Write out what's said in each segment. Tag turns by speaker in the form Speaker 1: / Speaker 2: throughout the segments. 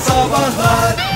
Speaker 1: Sabahlar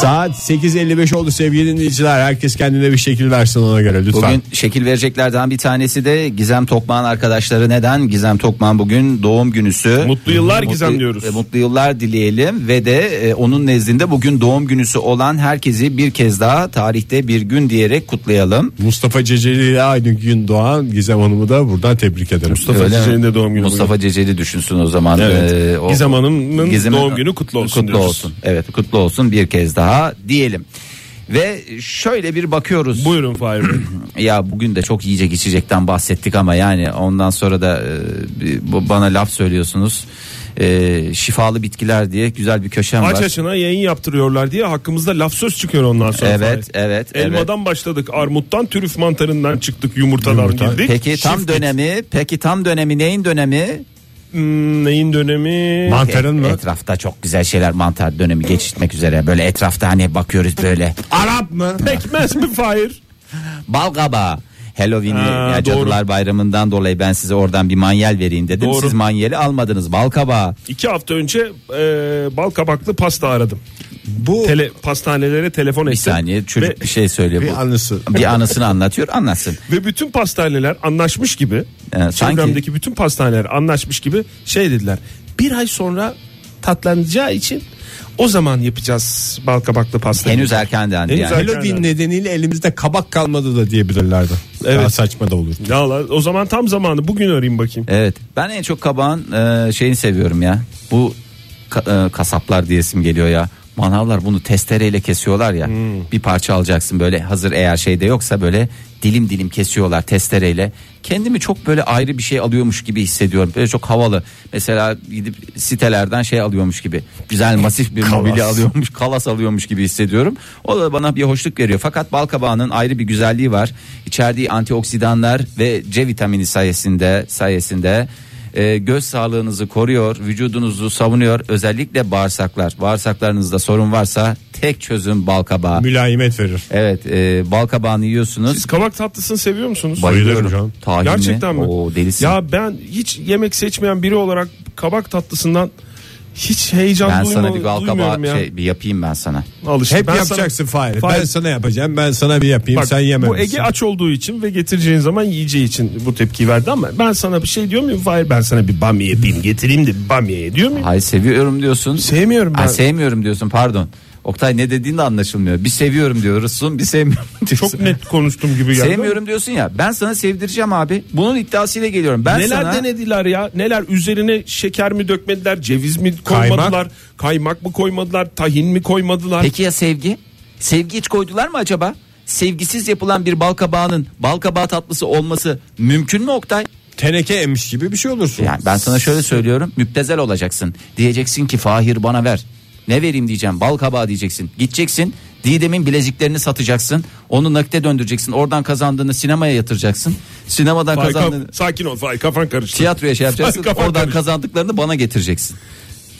Speaker 2: Saat 8.55 oldu sevgili dinleyiciler. Herkes kendine bir şekil versin ona göre lütfen.
Speaker 3: Bugün şekil vereceklerden bir tanesi de Gizem Tokman arkadaşları neden? Gizem Tokman bugün doğum günüsü.
Speaker 4: Mutlu yıllar Gizem diyoruz.
Speaker 3: e, Mutlu yıllar dileyelim ve de e, onun nezdinde bugün doğum günüsü olan herkesi bir kez daha tarihte bir gün diyerek kutlayalım.
Speaker 2: Mustafa Ceceli ile aynı gün doğan Gizem Hanım'ı da buradan tebrik ederim.
Speaker 4: Mustafa
Speaker 3: Öyle mi?
Speaker 4: Ceceli'nin de doğum günü
Speaker 3: Mustafa Ceceli düşünsün o zaman.
Speaker 4: Evet.
Speaker 3: Ee, o-
Speaker 4: Gizem Hanım'ın doğum günü kutlu olsun
Speaker 3: Kutlu
Speaker 4: diyoruz.
Speaker 3: olsun. Evet kutlu olsun bir kez daha diyelim. Ve şöyle bir bakıyoruz.
Speaker 4: Buyurun Fahir Bey.
Speaker 3: Ya bugün de çok yiyecek içecekten bahsettik ama yani ondan sonra da e, bir- bu- bana laf söylüyorsunuz. E, şifalı bitkiler diye güzel bir köşem
Speaker 4: Aç
Speaker 3: var.
Speaker 4: açına yayın yaptırıyorlar diye hakkımızda laf söz çıkıyor ondan sonra.
Speaker 3: Evet,
Speaker 4: Fahir.
Speaker 3: evet, evet.
Speaker 4: Elmadan başladık, armuttan, türüf mantarından çıktık, yumurtadan girdik.
Speaker 3: Peki tam
Speaker 4: Shift
Speaker 3: dönemi, peki tam dönemi neyin dönemi? E,
Speaker 4: Hmm, neyin dönemi?
Speaker 2: Mantarın mı?
Speaker 3: Etrafta çok güzel şeyler mantar dönemi geçitmek üzere. Böyle etrafta hani bakıyoruz böyle.
Speaker 2: Arap mı?
Speaker 4: Pekmez mi Fahir?
Speaker 3: Bal kabağı. Halloween'i
Speaker 4: Ha,
Speaker 3: ya Cadılar Bayramı'ndan dolayı ben size oradan bir manyel vereyim dedim.
Speaker 4: Doğru.
Speaker 3: Siz manyeli almadınız. Bal kabağı.
Speaker 4: İki hafta önce e, bal kabaklı pasta aradım.
Speaker 2: Bu
Speaker 4: Tele, pastanelere telefon ettim.
Speaker 3: Bir saniye çocuk
Speaker 4: Ve-
Speaker 3: bir şey söylüyor.
Speaker 2: bir
Speaker 3: bu.
Speaker 2: anısı.
Speaker 3: bir anısını anlatıyor anlatsın.
Speaker 4: Ve bütün pastaneler anlaşmış gibi
Speaker 3: Evet, Ee, sanki-
Speaker 4: çevremdeki bütün pastaneler anlaşmış gibi şey dediler. Bir ay sonra tatlanacağı için o zaman yapacağız bal kabaklı pastayı.
Speaker 3: Henüz erken dendi
Speaker 4: Henüz
Speaker 3: yani.
Speaker 4: erken.
Speaker 2: Halloween nedeniyle elimizde kabak kalmadı da diyebilirlerdi. Evet. Daha
Speaker 4: Evet.
Speaker 2: saçma da olur.
Speaker 4: Ya la- o zaman tam zamanı bugün arayayım bakayım.
Speaker 3: Evet. Ben en çok kabağın e, şeyini seviyorum ya. Bu ka- e, kasaplar diyesim geliyor ya. Manavlar bunu testereyle kesiyorlar ya.
Speaker 4: Hmm.
Speaker 3: Bir parça alacaksın böyle hazır eğer şeyde yoksa böyle dilim dilim kesiyorlar testereyle. Kendimi çok böyle ayrı bir şey alıyormuş gibi hissediyorum. Böyle çok havalı. Mesela gidip sitelerden şey alıyormuş gibi. Güzel masif bir mobilya alıyormuş, kalas alıyormuş gibi hissediyorum. O da bana bir hoşluk veriyor. Fakat bal kabağının ayrı bir güzelliği var. İçerdiği antioksidanlar ve C vitamini sayesinde sayesinde e, göz sağlığınızı koruyor, vücudunuzu savunuyor. Özellikle bağırsaklar. Bağırsaklarınızda sorun varsa tek çözüm bal kabağı.
Speaker 2: Mülayimet verir.
Speaker 3: Evet, e, bal kabağını yiyorsunuz.
Speaker 4: Siz kabak tatlısını seviyor musunuz?
Speaker 2: Bayılırım canım.
Speaker 3: Tahin mi?
Speaker 4: Şey, Gerçekten mi?
Speaker 3: Oo, delisin.
Speaker 4: Ya ben hiç yemek seçmeyen biri olarak kabak tatlısından hiç heyecan
Speaker 3: ben
Speaker 4: duyma-
Speaker 3: sana bir bal
Speaker 4: duymuyorum
Speaker 3: kabağı
Speaker 4: ya.
Speaker 3: şey, bir yapayım ben sana.
Speaker 4: Al işte,
Speaker 2: Hep
Speaker 4: ben
Speaker 2: yapacaksın
Speaker 4: sana-
Speaker 2: Fahir.
Speaker 4: Fahir,
Speaker 2: Ben sana yapacağım. Ben sana bir yapayım.
Speaker 4: Bak,
Speaker 2: sen yememişsin.
Speaker 4: Bu Ege aç olduğu için ve getireceğin zaman yiyeceği için bu tepkiyi verdi ama ben sana bir şey diyor muyum? Hayır ben sana bir bamya yapayım getireyim de bir bamya ye diyor muyum?
Speaker 3: Hayır seviyorum diyorsun.
Speaker 4: Sevmiyorum ben.
Speaker 3: Ha, sevmiyorum diyorsun pardon. Oktay ne dediğin de anlaşılmıyor. Bir seviyorum diyorsun bir sevmiyorum diyorsun.
Speaker 4: Çok net konuştum gibi geldi.
Speaker 3: Sevmiyorum diyorsun ya ben sana sevdireceğim abi. Bunun iddiasıyla geliyorum. Ben
Speaker 4: Neler
Speaker 3: sana
Speaker 4: denediler ya? Neler üzerine şeker mi dökmediler? Ceviz mi koymadılar? Kaymak, mı koymadılar? Tahin mi koymadılar?
Speaker 3: Peki ya sevgi? Sevgi hiç koydular mı acaba? Sevgisiz yapılan bir bal kabağının bal kabağı tatlısı olması mümkün mü Oktay?
Speaker 2: Teneke emiş gibi bir şey olursun.
Speaker 3: Yani ben sana şöyle söylüyorum müptezel olacaksın. Diyeceksin ki Fahir bana ver. Ne vereyim diyeceğim bal kabağı diyeceksin. Gideceksin Didem'in bileziklerini satacaksın. Onu nakde döndüreceksin. Oradan kazandığını sinemaya yatıracaksın. Sinemadan
Speaker 4: Fahir,
Speaker 3: kazandığını
Speaker 4: kaf- sakin ol Fahir kafan karıştı.
Speaker 3: tiyatroya şey yapacaksın.
Speaker 4: Kafan
Speaker 3: Oradan
Speaker 4: karıştı.
Speaker 3: kazandıklarını bana getireceksin.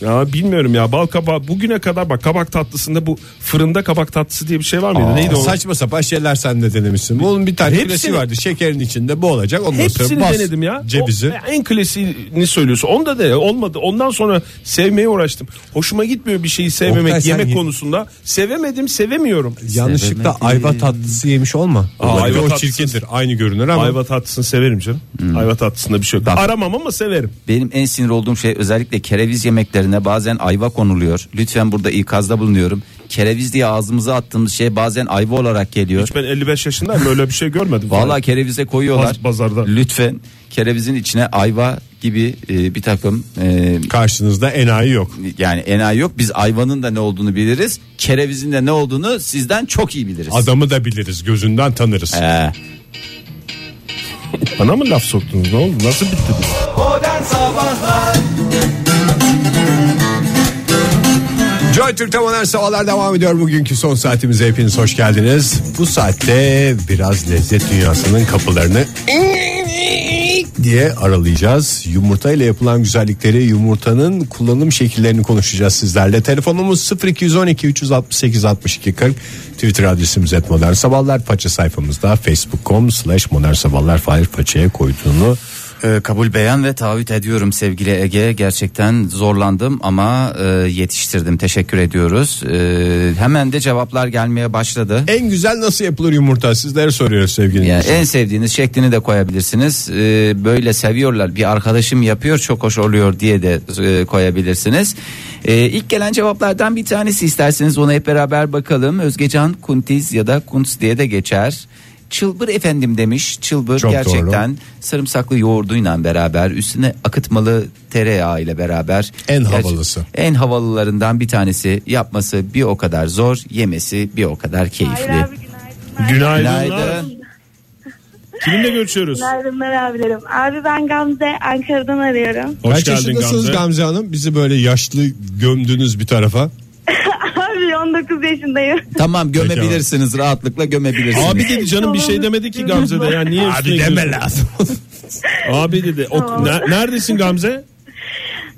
Speaker 4: Ya bilmiyorum ya bal kabağı bugüne kadar bak kabak tatlısında bu fırında kabak tatlısı diye bir şey var mıydı? Neydi o?
Speaker 2: Saçma sapan şeyler sen de denemişsin. Bunun bir tane
Speaker 4: Hepsini-
Speaker 2: hepsi vardı. Şekerin içinde bu olacak. Ondan
Speaker 4: Hepsini
Speaker 2: sonra bas
Speaker 4: denedim ya.
Speaker 2: Cebizi.
Speaker 4: O- E, en klasiğini söylüyorsun. Onda da olmadı. Ondan sonra sevmeye uğraştım. Hoşuma gitmiyor bir şeyi sevmemek
Speaker 2: Oktay, sen
Speaker 4: yemek
Speaker 2: ye-
Speaker 4: konusunda. Sevemedim, sevemiyorum.
Speaker 2: Yanlışlıkla ayva tatlısı yemiş olma.
Speaker 4: Aa, ayva
Speaker 2: ayva o
Speaker 4: tatlısı.
Speaker 2: çirkindir. Aynı görünür ama.
Speaker 4: Ayva tatlısını severim canım.
Speaker 3: Hmm.
Speaker 4: Ayva tatlısında bir şey yok. Aramam ama severim.
Speaker 3: Benim en sinir olduğum şey özellikle kereviz yemeklerine bazen ayva konuluyor. Lütfen burada ikazda bulunuyorum. Kereviz diye ağzımıza attığımız şey bazen ayva olarak geliyor.
Speaker 4: Hiç ben 55 yaşındayım öyle bir şey görmedim.
Speaker 3: Vallahi kerevize koyuyorlar.
Speaker 4: Paz- pazarda.
Speaker 3: Lütfen kerevizin içine ayva gibi e, bir takım e,
Speaker 2: Karşınızda enayi yok.
Speaker 3: yani enayi yok. Biz ayvanın da ne olduğunu biliriz. Kerevizin de ne olduğunu sizden çok iyi biliriz.
Speaker 2: Adamı da biliriz. Gözünden tanırız.
Speaker 3: Ee,
Speaker 4: Bana mı laf soktunuz ne oldu? Nasıl bitti? bu?
Speaker 1: Modern Sabahlar
Speaker 2: Joy Türk'te modern sabahlar devam ediyor. Bugünkü son saatimize hepiniz hoş geldiniz. Bu saatte biraz lezzet dünyasının kapılarını diye aralayacağız. Yumurta ile yapılan güzellikleri, yumurtanın kullanım şekillerini konuşacağız sizlerle. Telefonumuz 0212 368 62 40. Twitter adresimiz et modern sabahlar. Faça sayfamızda facebook.com slash modern sabahlar. Fahir Faça'ya koyduğunu
Speaker 3: Ee, kabul beyan ve taahhüt ediyorum sevgili Ege. Gerçekten zorlandım ama e, yetiştirdim. Teşekkür ediyoruz. Ee, hemen de cevaplar gelmeye başladı.
Speaker 2: En güzel nasıl yapılır yumurta sizlere soruyoruz sevgili
Speaker 3: Yani
Speaker 2: dinleyiciler.
Speaker 3: en sevdiğiniz şeklini de koyabilirsiniz. Ee, böyle seviyorlar. Bir arkadaşım yapıyor çok hoş oluyor diye de e, koyabilirsiniz. Ee, ilk gelen cevaplardan bir tanesi isterseniz ona hep beraber bakalım. Özgecan Kuntiz ya da Kuntz diye de geçer. Çılbır efendim demiş. Çılbır
Speaker 2: Çok
Speaker 3: gerçekten sarımsaklı yoğurduyla beraber üstüne akıtmalı tereyağı ile beraber
Speaker 2: En
Speaker 3: Gerçi-
Speaker 2: havalısı.
Speaker 3: En havalılarından bir tanesi yapması bir o kadar zor, yemesi bir o kadar keyifli.
Speaker 5: Hayır abi günaydınlar.
Speaker 4: Günaydınlar.
Speaker 3: Günaydın.
Speaker 4: Kiminle görüşüyoruz?
Speaker 5: Günaydınlar abilerim. Abi ben Gamze Ankara'dan arıyorum.
Speaker 4: Hoş
Speaker 2: Kaç
Speaker 4: geldin
Speaker 2: yaşındasınız
Speaker 4: Gamze.
Speaker 2: Gamze. Hanım? Bizi böyle yaşlı gömdünüz bir tarafa.
Speaker 5: abi 19 yaşındayım.
Speaker 3: Tamam gömebilirsiniz rahatlıkla gömebilirsiniz.
Speaker 4: Abi dedi canım bir şey demedi ki Gamze de ya niye üstüne gidiyorsun?
Speaker 2: lazım.
Speaker 4: Abi dedi. ok-
Speaker 5: Tamam.
Speaker 4: Ne- neredesin Gamze?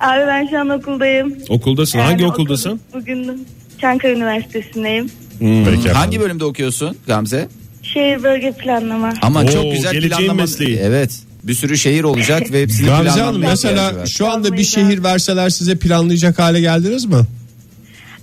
Speaker 5: Abi ben şu an okuldayım.
Speaker 4: Okuldasın.
Speaker 5: Yani
Speaker 4: Hangi
Speaker 5: okul-
Speaker 4: okuldasın?
Speaker 5: Bugün Çankaya Üniversitesi'ndeyim.
Speaker 4: Hmm.
Speaker 3: Hangi bölümde okuyorsun Gamze?
Speaker 5: Şehir bölge planlama.
Speaker 3: Ama
Speaker 4: Oo,
Speaker 3: çok güzel
Speaker 4: geleceğin
Speaker 3: planlama.
Speaker 4: mesleği.
Speaker 3: Evet. Bir sürü şehir olacak ve hepsini
Speaker 2: Gamze
Speaker 3: planlamaya
Speaker 2: Hanım
Speaker 3: ihtiyacı
Speaker 2: mesela
Speaker 3: var.
Speaker 2: şu anda bir
Speaker 5: Planlayacağım.
Speaker 2: şehir verseler size planlayacak hale geldiniz mi?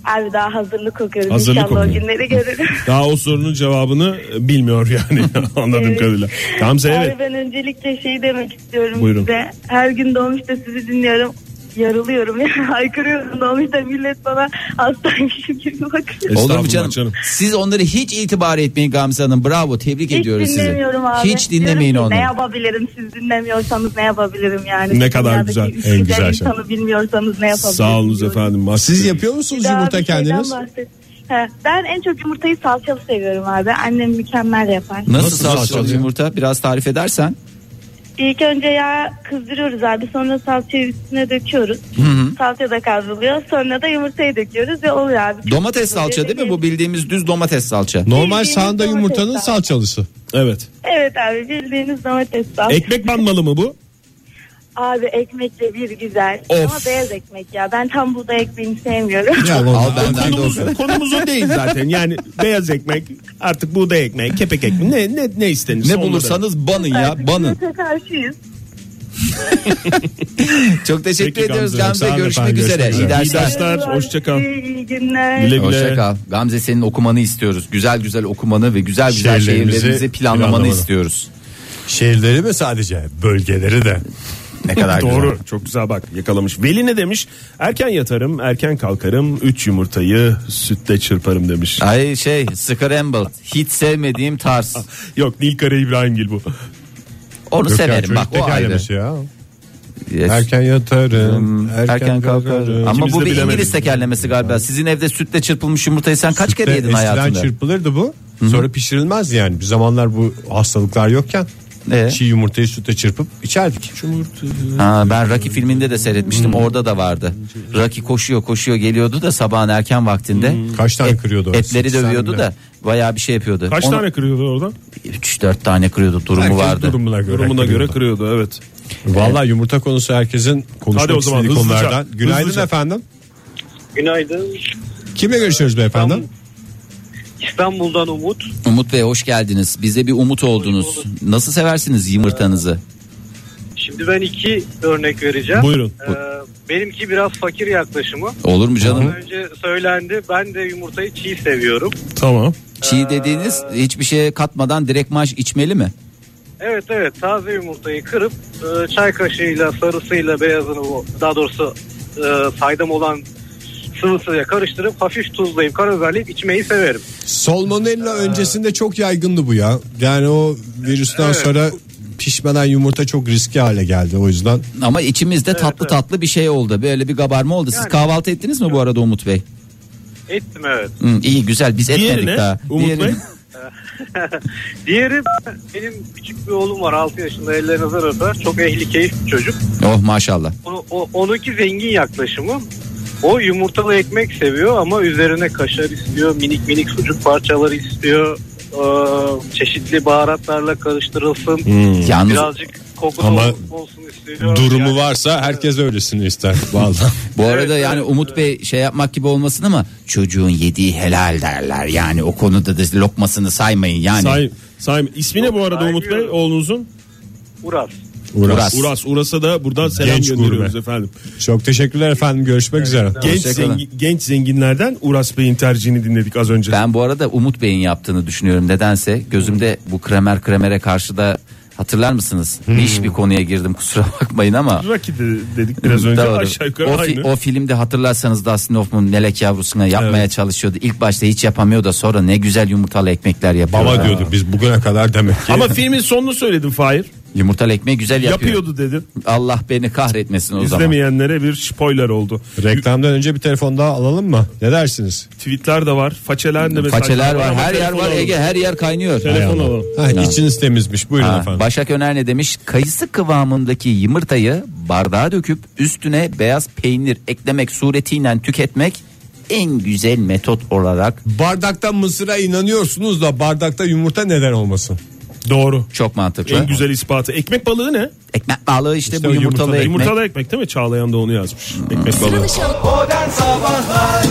Speaker 5: Abi daha hazırlık okuyorum.
Speaker 4: Hazırlık
Speaker 5: İnşallah
Speaker 4: okuyorum.
Speaker 5: o günleri görürüm.
Speaker 4: Daha o sorunun cevabını bilmiyor yani anladığım
Speaker 5: Evet.
Speaker 4: kadarıyla. Gamze evet.
Speaker 5: Abi ben öncelikle şeyi demek istiyorum
Speaker 4: Buyurun.
Speaker 5: size. Her gün dolmuşta sizi dinliyorum. Yarılıyorum ya. Haykırıyorum dolmuşta millet bana hastaymışım gibi bakıyor.
Speaker 3: Olur mu
Speaker 4: Estağfurullah
Speaker 3: canım?
Speaker 4: canım.
Speaker 3: Siz onları hiç itibar etmeyin Gamze Hanım. Bravo tebrik
Speaker 5: Hiç
Speaker 3: ediyoruz sizi.
Speaker 5: dinlemiyorum abi.
Speaker 3: Hiç
Speaker 5: Diyorum
Speaker 3: dinlemeyin
Speaker 5: ki,
Speaker 3: onu.
Speaker 5: Ne yapabilirim siz dinlemiyorsanız ne yapabilirim yani.
Speaker 4: Ne
Speaker 5: Siz
Speaker 4: kadar
Speaker 5: dünyadaki
Speaker 4: güzel,
Speaker 5: üç
Speaker 4: en
Speaker 5: güzel
Speaker 4: güzel şey.
Speaker 5: insanı bilmiyorsanız ne yapabilirim.
Speaker 4: Sağ olunuz
Speaker 5: diyorum.
Speaker 4: efendim. Mahsus-
Speaker 2: Siz yapıyor musunuz
Speaker 5: Bir daha
Speaker 2: yumurta
Speaker 5: bir şeyden
Speaker 2: kendiniz?
Speaker 5: bahset- He, Ben en çok yumurtayı salçalı seviyorum abi. Annem mükemmel yapar.
Speaker 3: Nasıl,
Speaker 2: Nasıl
Speaker 3: salçalı
Speaker 2: salçalı ya?
Speaker 3: yumurta? Biraz tarif edersen.
Speaker 5: İlk önce yağı kızdırıyoruz abi. Sonra salçayı üstüne döküyoruz. Salça da kavruluyor. Sonra da yumurtayı döküyoruz ve oluyor abi.
Speaker 3: Domates salça değil mi? Bu bildiğimiz düz domates salça.
Speaker 2: Normal
Speaker 5: Bildiğiniz
Speaker 2: sahanda
Speaker 5: domates
Speaker 2: yumurtanın
Speaker 5: salçası.
Speaker 2: salçalısı.
Speaker 4: Evet.
Speaker 5: Evet abi bildiğiniz domates salçası.
Speaker 4: Ekmek banmalı mı bu?
Speaker 5: abi ekmekle bir güzel. Ama beyaz ekmek ya. Ben tam buğday ekmeğini sevmiyorum.
Speaker 2: Ya vallahi.
Speaker 3: Al benden de
Speaker 4: Konumuz,
Speaker 3: olsun.
Speaker 4: konumuz o değil zaten. Yani beyaz ekmek, artık buğday ekmeği, kepek ekmeği ne ne ne istenirse
Speaker 3: Ne
Speaker 4: onları.
Speaker 3: bulursanız banın ya
Speaker 5: Artık
Speaker 3: banın.
Speaker 5: yumurta karşıyız.
Speaker 3: Çok teşekkür
Speaker 4: Peki
Speaker 3: ediyoruz
Speaker 4: Gamze.
Speaker 3: Gamze.
Speaker 2: Sağ olun
Speaker 3: Görüşmek
Speaker 2: efendim,
Speaker 3: üzere.
Speaker 2: görüşmek
Speaker 4: üzere.
Speaker 3: İyi
Speaker 4: İyi
Speaker 3: dersler.
Speaker 4: dersler.
Speaker 6: Ee,
Speaker 4: Arkadaşlar, hoşça kal.
Speaker 5: İyi günler.
Speaker 4: Güle güle.
Speaker 3: Hoşça kal. Gamze senin okumanı istiyoruz. Güzel güzel okumanı ve güzel güzel
Speaker 2: Şehirlerimizi
Speaker 3: şehirlerimizi planlamanı
Speaker 2: planlamanı.
Speaker 3: istiyoruz.
Speaker 2: Şehirleri mi sadece? Bölgeleri de.
Speaker 3: Ne kadar
Speaker 4: Doğru.
Speaker 3: güzel.
Speaker 4: Çok güzel bak yakalamış. Veli ne demiş? Erken yatarım, erken kalkarım, 3 yumurtayı sütte çırparım demiş.
Speaker 3: Ay şey Scrambled hiç sevmediğim tarz.
Speaker 4: Yok Nilkara İbrahimgil bu.
Speaker 3: Onu
Speaker 2: Gökhan
Speaker 3: severim bak o
Speaker 2: Çocuk
Speaker 3: ayrı.
Speaker 2: tekerlemesi ya.
Speaker 3: Yes.
Speaker 2: Erken yatarım.
Speaker 3: Hmm, Erken, kalkarım. Ama
Speaker 4: İkimiz
Speaker 3: bu
Speaker 4: de
Speaker 3: bir İngiliz
Speaker 4: bilemedik.
Speaker 3: tekerlemesi galiba. Sizin evde sütle çırpılmış yumurtayı sen kaç kere
Speaker 2: Ve
Speaker 3: yedin
Speaker 2: eskiden
Speaker 3: hayatında?
Speaker 2: çırpılırdı bu. Sonra pişirilmezdi yani. Bir zamanlar bu hastalıklar yokken
Speaker 3: Ee?
Speaker 2: çiğ yumurtayı sütle çırpıp içerdik.
Speaker 3: Ha, ben Rocky filminde de seyretmiştim. Orada da vardı. Rocky koşuyor koşuyor geliyordu da sabahın erken vaktinde.
Speaker 2: Kaç tane Hmm. kırıyordu?
Speaker 3: Etleri
Speaker 2: Seksen
Speaker 3: dövüyordu
Speaker 2: bile.
Speaker 3: da bayağı bir şey yapıyordu.
Speaker 4: Kaç
Speaker 3: Onu-
Speaker 4: tane kırıyordu oradan?
Speaker 3: 3-4 tane kırıyordu durumu
Speaker 2: Herkes
Speaker 3: vardı.
Speaker 2: Durumuna göre.
Speaker 4: Yorumuna göre
Speaker 2: kırıyordu. E?
Speaker 4: kırıyordu evet.
Speaker 2: Vallahi yumurta konusu herkesin konuşmak
Speaker 4: Hadi o zaman
Speaker 2: istediği
Speaker 4: hızlıca,
Speaker 2: konulardan. Günaydın
Speaker 4: hızlıca.
Speaker 2: efendim.
Speaker 7: Günaydın.
Speaker 2: Kimle görüşüyoruz beyefendi?
Speaker 7: İstanbul'dan Umut.
Speaker 3: Umut Bey hoş geldiniz. Bize bir umut oldunuz. Nasıl seversiniz yumurtanızı?
Speaker 7: Şimdi ben iki örnek vereceğim.
Speaker 4: Buyurun.
Speaker 7: Ee, benimki biraz fakir yaklaşımı.
Speaker 3: Olur mu
Speaker 7: Az
Speaker 3: canım?
Speaker 7: önce söylendi. Ben de yumurtayı çiğ seviyorum.
Speaker 4: Tamam.
Speaker 3: Çiğ dediğiniz hiçbir şeye katmadan direkt maş içmeli mi?
Speaker 7: Evet evet taze yumurtayı kırıp e, çay kaşığıyla sarısıyla beyazını bu- daha doğrusu e, saydam olan sıvısıyla karıştırıp hafif tuzlayıp karabiberleyip içmeyi severim.
Speaker 2: Salmonella öncesinde çok yaygındı bu ya. Yani o virüsten
Speaker 7: Evet.
Speaker 2: sonra pişmeden yumurta çok riskli hale geldi o yüzden.
Speaker 3: Ama içimizde tatlı tatlı bir şey oldu. Böyle bir kabarma oldu. Siz
Speaker 7: Yani.
Speaker 3: kahvaltı ettiniz mi bu arada Umut Bey?
Speaker 7: Ettim evet.
Speaker 3: Hı, iyi güzel biz etmedik
Speaker 4: Diğerine
Speaker 3: daha.
Speaker 4: Umut
Speaker 3: Diğerine-
Speaker 4: Bey?
Speaker 7: Diğeri benim küçük bir oğlum var 6 yaşında ellerinize öper. Çok ehli keyif bir çocuk.
Speaker 3: Oh maşallah.
Speaker 7: O- o- Onunki zengin yaklaşımı. O yumurtalı ekmek seviyor ama üzerine kaşar istiyor, minik minik sucuk parçaları istiyor. Ee, çeşitli baharatlarla karıştırılsın.
Speaker 3: Yalnız
Speaker 7: Birazcık kokusu
Speaker 2: Hmm. Ama
Speaker 7: olsun istiyor.
Speaker 2: Durumu
Speaker 7: Yani-
Speaker 2: varsa herkes öylesini ister. Vallahi.
Speaker 3: bu arada
Speaker 7: evet,
Speaker 3: yani
Speaker 7: evet,
Speaker 3: Umut Bey şey yapmak gibi olmasın ama çocuğun yediği helal derler. Yani o konuda da lokmasını saymayın yani.
Speaker 4: Say, say, ismi ne bu arada Umut Bey
Speaker 7: Saymıyorum.
Speaker 4: oğlunuzun?
Speaker 7: Uras.
Speaker 2: Uras.
Speaker 4: Uras Uras'a da buradan selam
Speaker 2: Genç
Speaker 4: gönderiyoruz
Speaker 2: gurme.
Speaker 4: efendim.
Speaker 2: Çok teşekkürler efendim. Görüşmek üzere.
Speaker 4: Genç,
Speaker 3: Hoşçakalın.
Speaker 4: zengi- genç zenginlerden Uras Bey'in tercihini dinledik az önce.
Speaker 3: Ben bu arada Umut Bey'in yaptığını düşünüyorum nedense. Gözümde bu kremer kremere karşı da hatırlar mısınız?
Speaker 4: Hmm.
Speaker 3: Niş bir konuya girdim kusura bakmayın ama.
Speaker 4: Rocky de- dedik biraz önce
Speaker 3: Doğru.
Speaker 4: aşağı yukarı
Speaker 3: o, fi-
Speaker 4: aynı.
Speaker 3: o filmde hatırlarsanız Dustin Hoffman Nelek yavrusuna yapmaya çalışıyordu. İlk başta hiç yapamıyor da sonra ne güzel yumurtalı ekmekler yapıyor.
Speaker 2: Baba
Speaker 3: Ya.
Speaker 2: diyordu biz bugüne kadar demek ki.
Speaker 4: Ama filmin sonunu söyledim Fahir.
Speaker 3: Yumurtalı ekmeği güzel yapıyor.
Speaker 4: Yapıyordu dedim.
Speaker 3: Allah beni kahretmesin o zaman.
Speaker 4: İzlemeyenlere bir spoiler oldu.
Speaker 2: Reklamdan önce bir telefon daha alalım mı? Ne dersiniz?
Speaker 4: Tweetler de var. Façeler de mesajlar
Speaker 3: Façeler var,
Speaker 4: ama
Speaker 3: her yer
Speaker 4: telefon
Speaker 3: var
Speaker 4: alalım.
Speaker 3: Ege, her yer kaynıyor.
Speaker 4: Telefon alalım.
Speaker 2: Ha, içiniz temizmiş. Buyurun
Speaker 3: Ha,
Speaker 2: efendim.
Speaker 3: Başak Öner ne demiş? Kayısı kıvamındaki yumurtayı bardağa döküp üstüne beyaz peynir eklemek suretiyle tüketmek en güzel metot olarak
Speaker 2: Bardakta mısıra inanıyorsunuz da bardakta yumurta neden olmasın?
Speaker 4: Doğru.
Speaker 3: çok mantıklı.
Speaker 4: En güzel ispatı. Ekmek balığı ne?
Speaker 3: Ekmek balığı işte,
Speaker 2: İşte
Speaker 3: bu
Speaker 2: o
Speaker 3: yumurtalı,
Speaker 2: yumurtalı
Speaker 3: ekmek.
Speaker 4: Yumurtalı ekmek değil mi? Çağlayan da onu yazmış. Ekmek balığı.
Speaker 1: Modern Sabahlar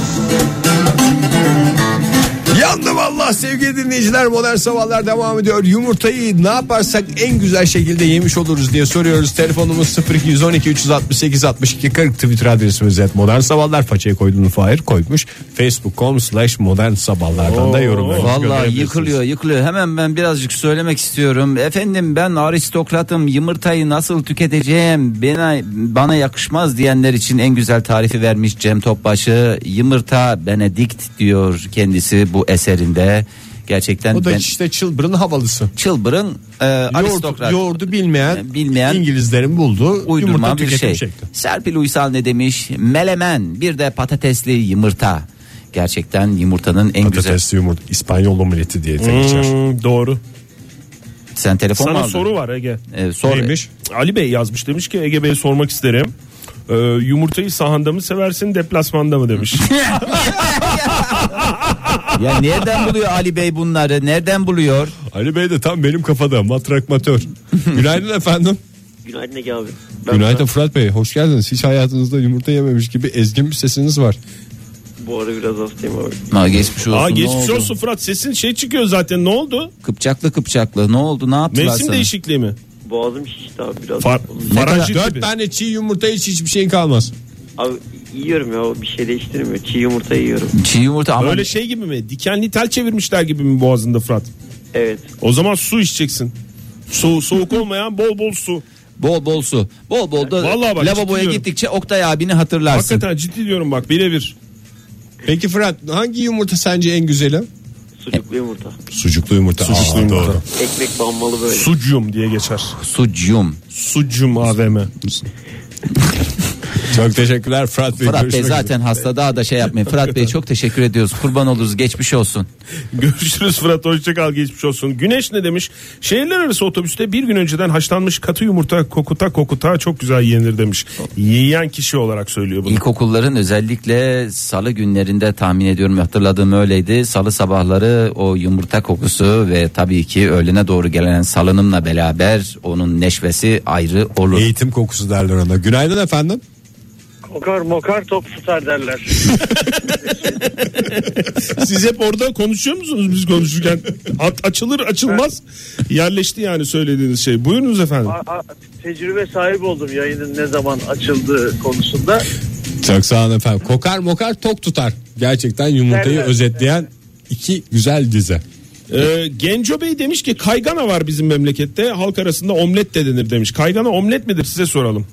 Speaker 2: Yandım Allah sevgili dinleyiciler modern sabahlar devam ediyor. Yumurtayı ne yaparsak en güzel şekilde yemiş oluruz diye soruyoruz. Telefonumuz 0212 368 62 40 Twitter adresimiz et modern sabahlar. Façaya koyduğunu Fahir koymuş. Facebook.com slash modern sabahlardan da yorumlarınızı
Speaker 3: Vallahi
Speaker 2: gönderebilirsiniz.
Speaker 3: yıkılıyor yıkılıyor. Hemen ben birazcık söylemek istiyorum. Efendim ben aristokratım yumurtayı nasıl tüketeceğim bana, bana yakışmaz diyenler için en güzel tarifi vermiş Cem Topbaşı. Yumurta benedikt diyor kendisi bu eserinde. Gerçekten
Speaker 2: O da
Speaker 3: ben
Speaker 2: işte çılbırın havalısı.
Speaker 3: çılbırın e, aristokrat.
Speaker 2: Yoğurdu, yoğurdu bilmeyen,
Speaker 3: Bilmeyen-
Speaker 2: İngilizlerin bulduğu yumurta
Speaker 3: uydurma bir
Speaker 2: tüketim
Speaker 3: şey.
Speaker 2: şekli.
Speaker 3: Serpil Uysal ne demiş? Melemen bir de patatesli yumurta. Gerçekten yumurtanın en güzel.
Speaker 2: Patatesli yumurta İspanyol omeleti diye de geçer.
Speaker 4: Hmm, doğru.
Speaker 3: Sen telefon mu
Speaker 4: Sana
Speaker 3: aldın?
Speaker 4: soru var Ege.
Speaker 3: Ee, sor.
Speaker 4: Ali Bey yazmış demiş ki Ege Bey'e sormak isterim. Ee, yumurtayı sahanda mı seversin deplasmanda mı demiş.
Speaker 3: Ya nereden buluyor Ali Bey bunları? Nereden buluyor?
Speaker 2: Ali Bey de tam benim kafada matrak matör. Günaydın efendim.
Speaker 8: Günaydın Ege abi. Ben
Speaker 2: Günaydın Fırat Bey hoş geldiniz. Hiç hayatınızda yumurta yememiş gibi ezgin bir sesiniz var.
Speaker 8: Bu ara biraz hastayım abi.
Speaker 3: Ha, geçmiş olsun.
Speaker 4: Aa
Speaker 3: ne
Speaker 4: geçmiş
Speaker 3: oldu?
Speaker 4: olsun Fırat sesin şey çıkıyor zaten ne oldu?
Speaker 3: Kıpçaklı kıpçaklı. Ne oldu? Ne yaptılar
Speaker 4: Mevsim
Speaker 3: sana?
Speaker 4: değişikliği mi?
Speaker 8: Boğazım şişti abi biraz.
Speaker 4: Far, faranjit
Speaker 2: Dört
Speaker 4: gibi.
Speaker 2: tane çiğ yumurta hiç hiçbir şeyin kalmaz.
Speaker 8: Abi yiyorum ya bir şey değiştirmiyor. Çiğ yumurta yiyorum.
Speaker 3: Çiğ yumurta ama
Speaker 4: Öyle şey gibi mi? Dikenli tel çevirmişler gibi mi boğazında Fırat?
Speaker 8: Evet.
Speaker 4: O zaman su içeceksin. Soğuk, soğuk olmayan bol bol su.
Speaker 3: bol bol su. Bol bol da
Speaker 4: Vallahi bak, ciddi
Speaker 3: lavaboya
Speaker 4: diyorum.
Speaker 3: gittikçe Oktay abini hatırlarsın.
Speaker 4: Hakikaten ciddi diyorum bak birebir.
Speaker 2: Peki Fırat hangi yumurta sence en güzeli?
Speaker 8: Sucuklu yumurta.
Speaker 2: Sucuklu yumurta.
Speaker 4: Sucuklu yumurta.
Speaker 8: Ekmek banmalı böyle.
Speaker 4: Sucum diye geçer.
Speaker 3: Sucum.
Speaker 4: Sucum AVM.
Speaker 2: Çok teşekkürler Fırat Bey.
Speaker 3: Fırat Bey
Speaker 2: Görüşmek üzere.
Speaker 3: zaten hasta daha da şey yapmayın. Fırat Bey çok teşekkür ediyoruz. Kurban oluruz. Geçmiş olsun.
Speaker 4: Görüşürüz Fırat hoşçakal geçmiş olsun. Güneş ne demiş? Şehirler arası otobüste bir gün önceden haşlanmış katı yumurta kokuta kokuta çok güzel yenir demiş. Yiyen kişi olarak söylüyor bunu.
Speaker 3: İlkokulların özellikle salı günlerinde tahmin ediyorum hatırladığım öyleydi. Salı sabahları o yumurta kokusu ve tabii ki öğlene doğru gelen salınımla beraber onun neşvesi ayrı olur.
Speaker 2: Eğitim kokusu derler ona. Günaydın efendim.
Speaker 7: Kokar mokar top tutar derler.
Speaker 4: Siz hep orada konuşuyor musunuz biz konuşurken? At- açılır açılmaz yerleşti yani söylediğiniz şey. Buyurunuz efendim.
Speaker 7: A- a- tecrübe sahibi oldum yayının ne zaman açıldığı konusunda.
Speaker 2: Çok sağ olun efendim. Kokar mokar tok tutar. Gerçekten yumurtayı
Speaker 7: Derler.
Speaker 2: özetleyen iki güzel dize.
Speaker 4: Ee, Genco Bey demiş ki kaygana var bizim memlekette. Halk arasında omlet de denir demiş. Kaygana omlet midir size soralım.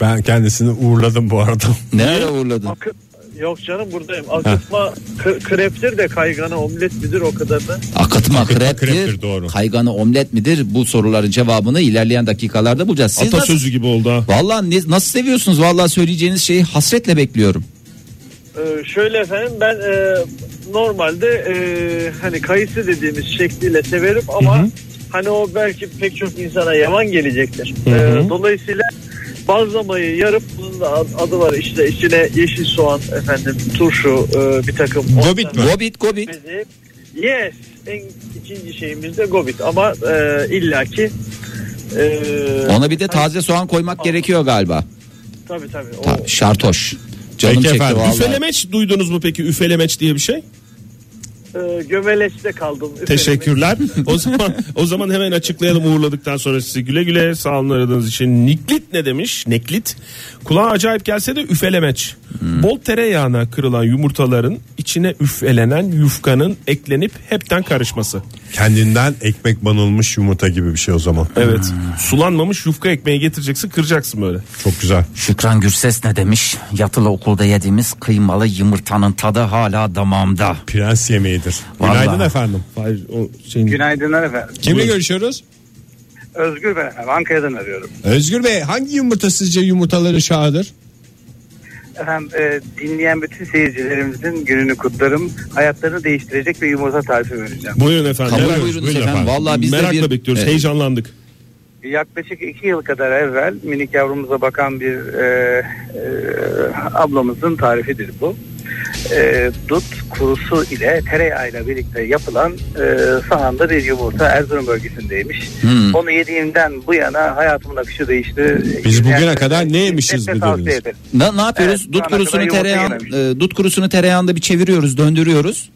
Speaker 2: Ben kendisini uğurladım bu arada.
Speaker 3: Nereye uğurladın?
Speaker 7: Akı- Yok canım buradayım. Akıtma k- kreptir de kaygana omlet midir o kadar da.
Speaker 3: Akıtma
Speaker 2: kreptir,
Speaker 3: kreptir,
Speaker 2: doğru.
Speaker 3: kayganı omlet midir? Bu soruların cevabını ilerleyen dakikalarda bulacağız. Siz nasıl,
Speaker 4: Atasözü gibi oldu ha.
Speaker 3: vallahi ne- nasıl seviyorsunuz? Vallahi söyleyeceğiniz şeyi hasretle bekliyorum.
Speaker 7: Ee, şöyle efendim ben e, normalde e, hani kayısı dediğimiz şekliyle severim ama hani o belki pek çok insana yaman gelecektir. Ee, dolayısıyla bazlamayı yarıp bunun da ad- adı var işte içine yeşil soğan efendim turşu e, bir takım.
Speaker 2: Gobit mi?
Speaker 3: Gobit gobit.
Speaker 7: Bizi- Yes. En ikinci şeyimiz de Gobit ama e, illaki e,
Speaker 3: Ona bir de taze soğan koymak gerekiyor galiba.
Speaker 7: tabii tabii. O,
Speaker 3: Ta- Şartoş. Canım
Speaker 2: Peki
Speaker 3: çekti
Speaker 2: efendim.
Speaker 3: vallahi.
Speaker 4: Üfelemeç duydunuz mu peki üfelemeç diye bir şey?
Speaker 8: e, gömeleçte kaldım.
Speaker 4: Teşekkürler. o zaman o zaman hemen açıklayalım uğurladıktan sonra sizi güle güle sağ olun aradığınız için. Niklit ne demiş? Neklit. Kulağa acayip gelse de üfelemeç. Bol tereyağına kırılan yumurtaların içine üfelenen yufkanın eklenip hepten karışması.
Speaker 2: Kendinden ekmek banılmış yumurta gibi bir şey o zaman.
Speaker 4: Evet. Hmm. Sulanmamış yufka ekmeği getireceksin, kıracaksın böyle.
Speaker 2: Çok güzel.
Speaker 3: Şükran Gürses ne demiş? Yatılı okulda yediğimiz kıymalı yumurtanın tadı hala damağımda.
Speaker 2: Prens yemeğidir.
Speaker 3: Vallahi.
Speaker 2: Günaydın efendim.
Speaker 4: Hayır, o şeyin-
Speaker 9: Günaydınlar efendim.
Speaker 10: Kimle görüşüyoruz?
Speaker 9: Özgür ben efendim. Ankara'dan arıyorum.
Speaker 10: Özgür Bey hangi yumurta sizce yumurtaların şahıdır?
Speaker 9: Efendim e, dinleyen bütün seyircilerimizin gününü kutlarım. Hayatlarını değiştirecek bir yumurta tarifi vereceğim.
Speaker 4: Buyurun efendim.
Speaker 3: Kabul
Speaker 4: Buyurun,
Speaker 3: buyurunuz
Speaker 4: buyurun
Speaker 3: efendim. Vallahi biz de
Speaker 4: Merakla
Speaker 3: bir-
Speaker 4: bekliyoruz.
Speaker 3: Evet.
Speaker 4: Heyecanlandık.
Speaker 9: Yaklaşık iki yıl kadar evvel minik yavrumuza bakan bir e, e, ablamızın tarifidir bu. E, dut kurusu ile tereyağıyla birlikte yapılan e, sahanda bir yumurta Erzurum bölgesindeymiş.
Speaker 3: Hmm.
Speaker 9: Onu yediğimden bu yana hayatımın akışı değişti.
Speaker 10: Biz bugüne
Speaker 9: Yani-
Speaker 10: kadar ne yemişiz
Speaker 9: Şiddetle
Speaker 10: mi
Speaker 9: tavsiye
Speaker 10: dediniz?
Speaker 9: ederim.
Speaker 3: Ne, ne yapıyoruz?
Speaker 9: Evet, şu
Speaker 3: dut
Speaker 9: ana kadar
Speaker 3: kurusunu
Speaker 9: yumurta
Speaker 3: tereyağın,
Speaker 9: yememiştim.
Speaker 3: e, dut kurusunu tereyağında bir çeviriyoruz, döndürüyoruz.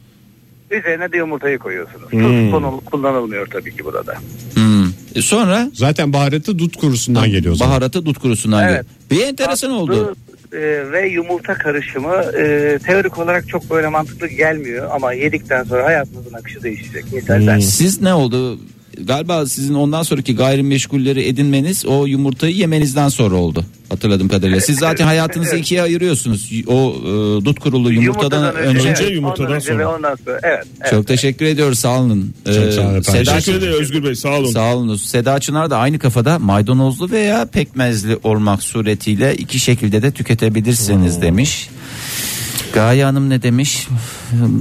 Speaker 9: Üzerine de yumurtayı koyuyorsunuz.
Speaker 10: Hmm.
Speaker 9: Tuz konul- kullanılmıyor tabii ki burada.
Speaker 3: Hmm. E, sonra
Speaker 10: Zaten baharatı dut kurusundan geliyor. zaten.
Speaker 3: baharatı dut kurusundan
Speaker 9: Evet.
Speaker 3: geliyor. Bir enteresan oldu.
Speaker 9: Tatlı, e, ve yumurta karışımı e, teorik olarak çok böyle mantıklı gelmiyor ama yedikten sonra hayatınızın akışı değişecek. Misal ben.
Speaker 3: Siz ne oldu? Galiba sizin ondan sonraki gayrimeşgulleri edinmeniz o yumurtayı yemenizden sonra oldu. Hatırladığım kadarıyla. Siz zaten hayatınızı
Speaker 9: Evet.
Speaker 3: ikiye ayırıyorsunuz. O e, dut kurulu yumurtadan, önce.
Speaker 4: önce
Speaker 9: evet,
Speaker 4: yumurtadan
Speaker 9: ondan önce
Speaker 4: sonra.
Speaker 9: ve ondan sonra. Evet. evet.
Speaker 3: Çok teşekkür ediyoruz. Sağ olun. Ee,
Speaker 2: sağ olun efendim.
Speaker 3: Seda-
Speaker 4: Teşekkür ederim Özgür Bey. Sağ olun.
Speaker 3: Sağ olunuz. Seda Çınar da aynı kafada maydanozlu veya pekmezli olmak suretiyle iki şekilde de tüketebilirsiniz demiş. Gaye Hanım ne demiş?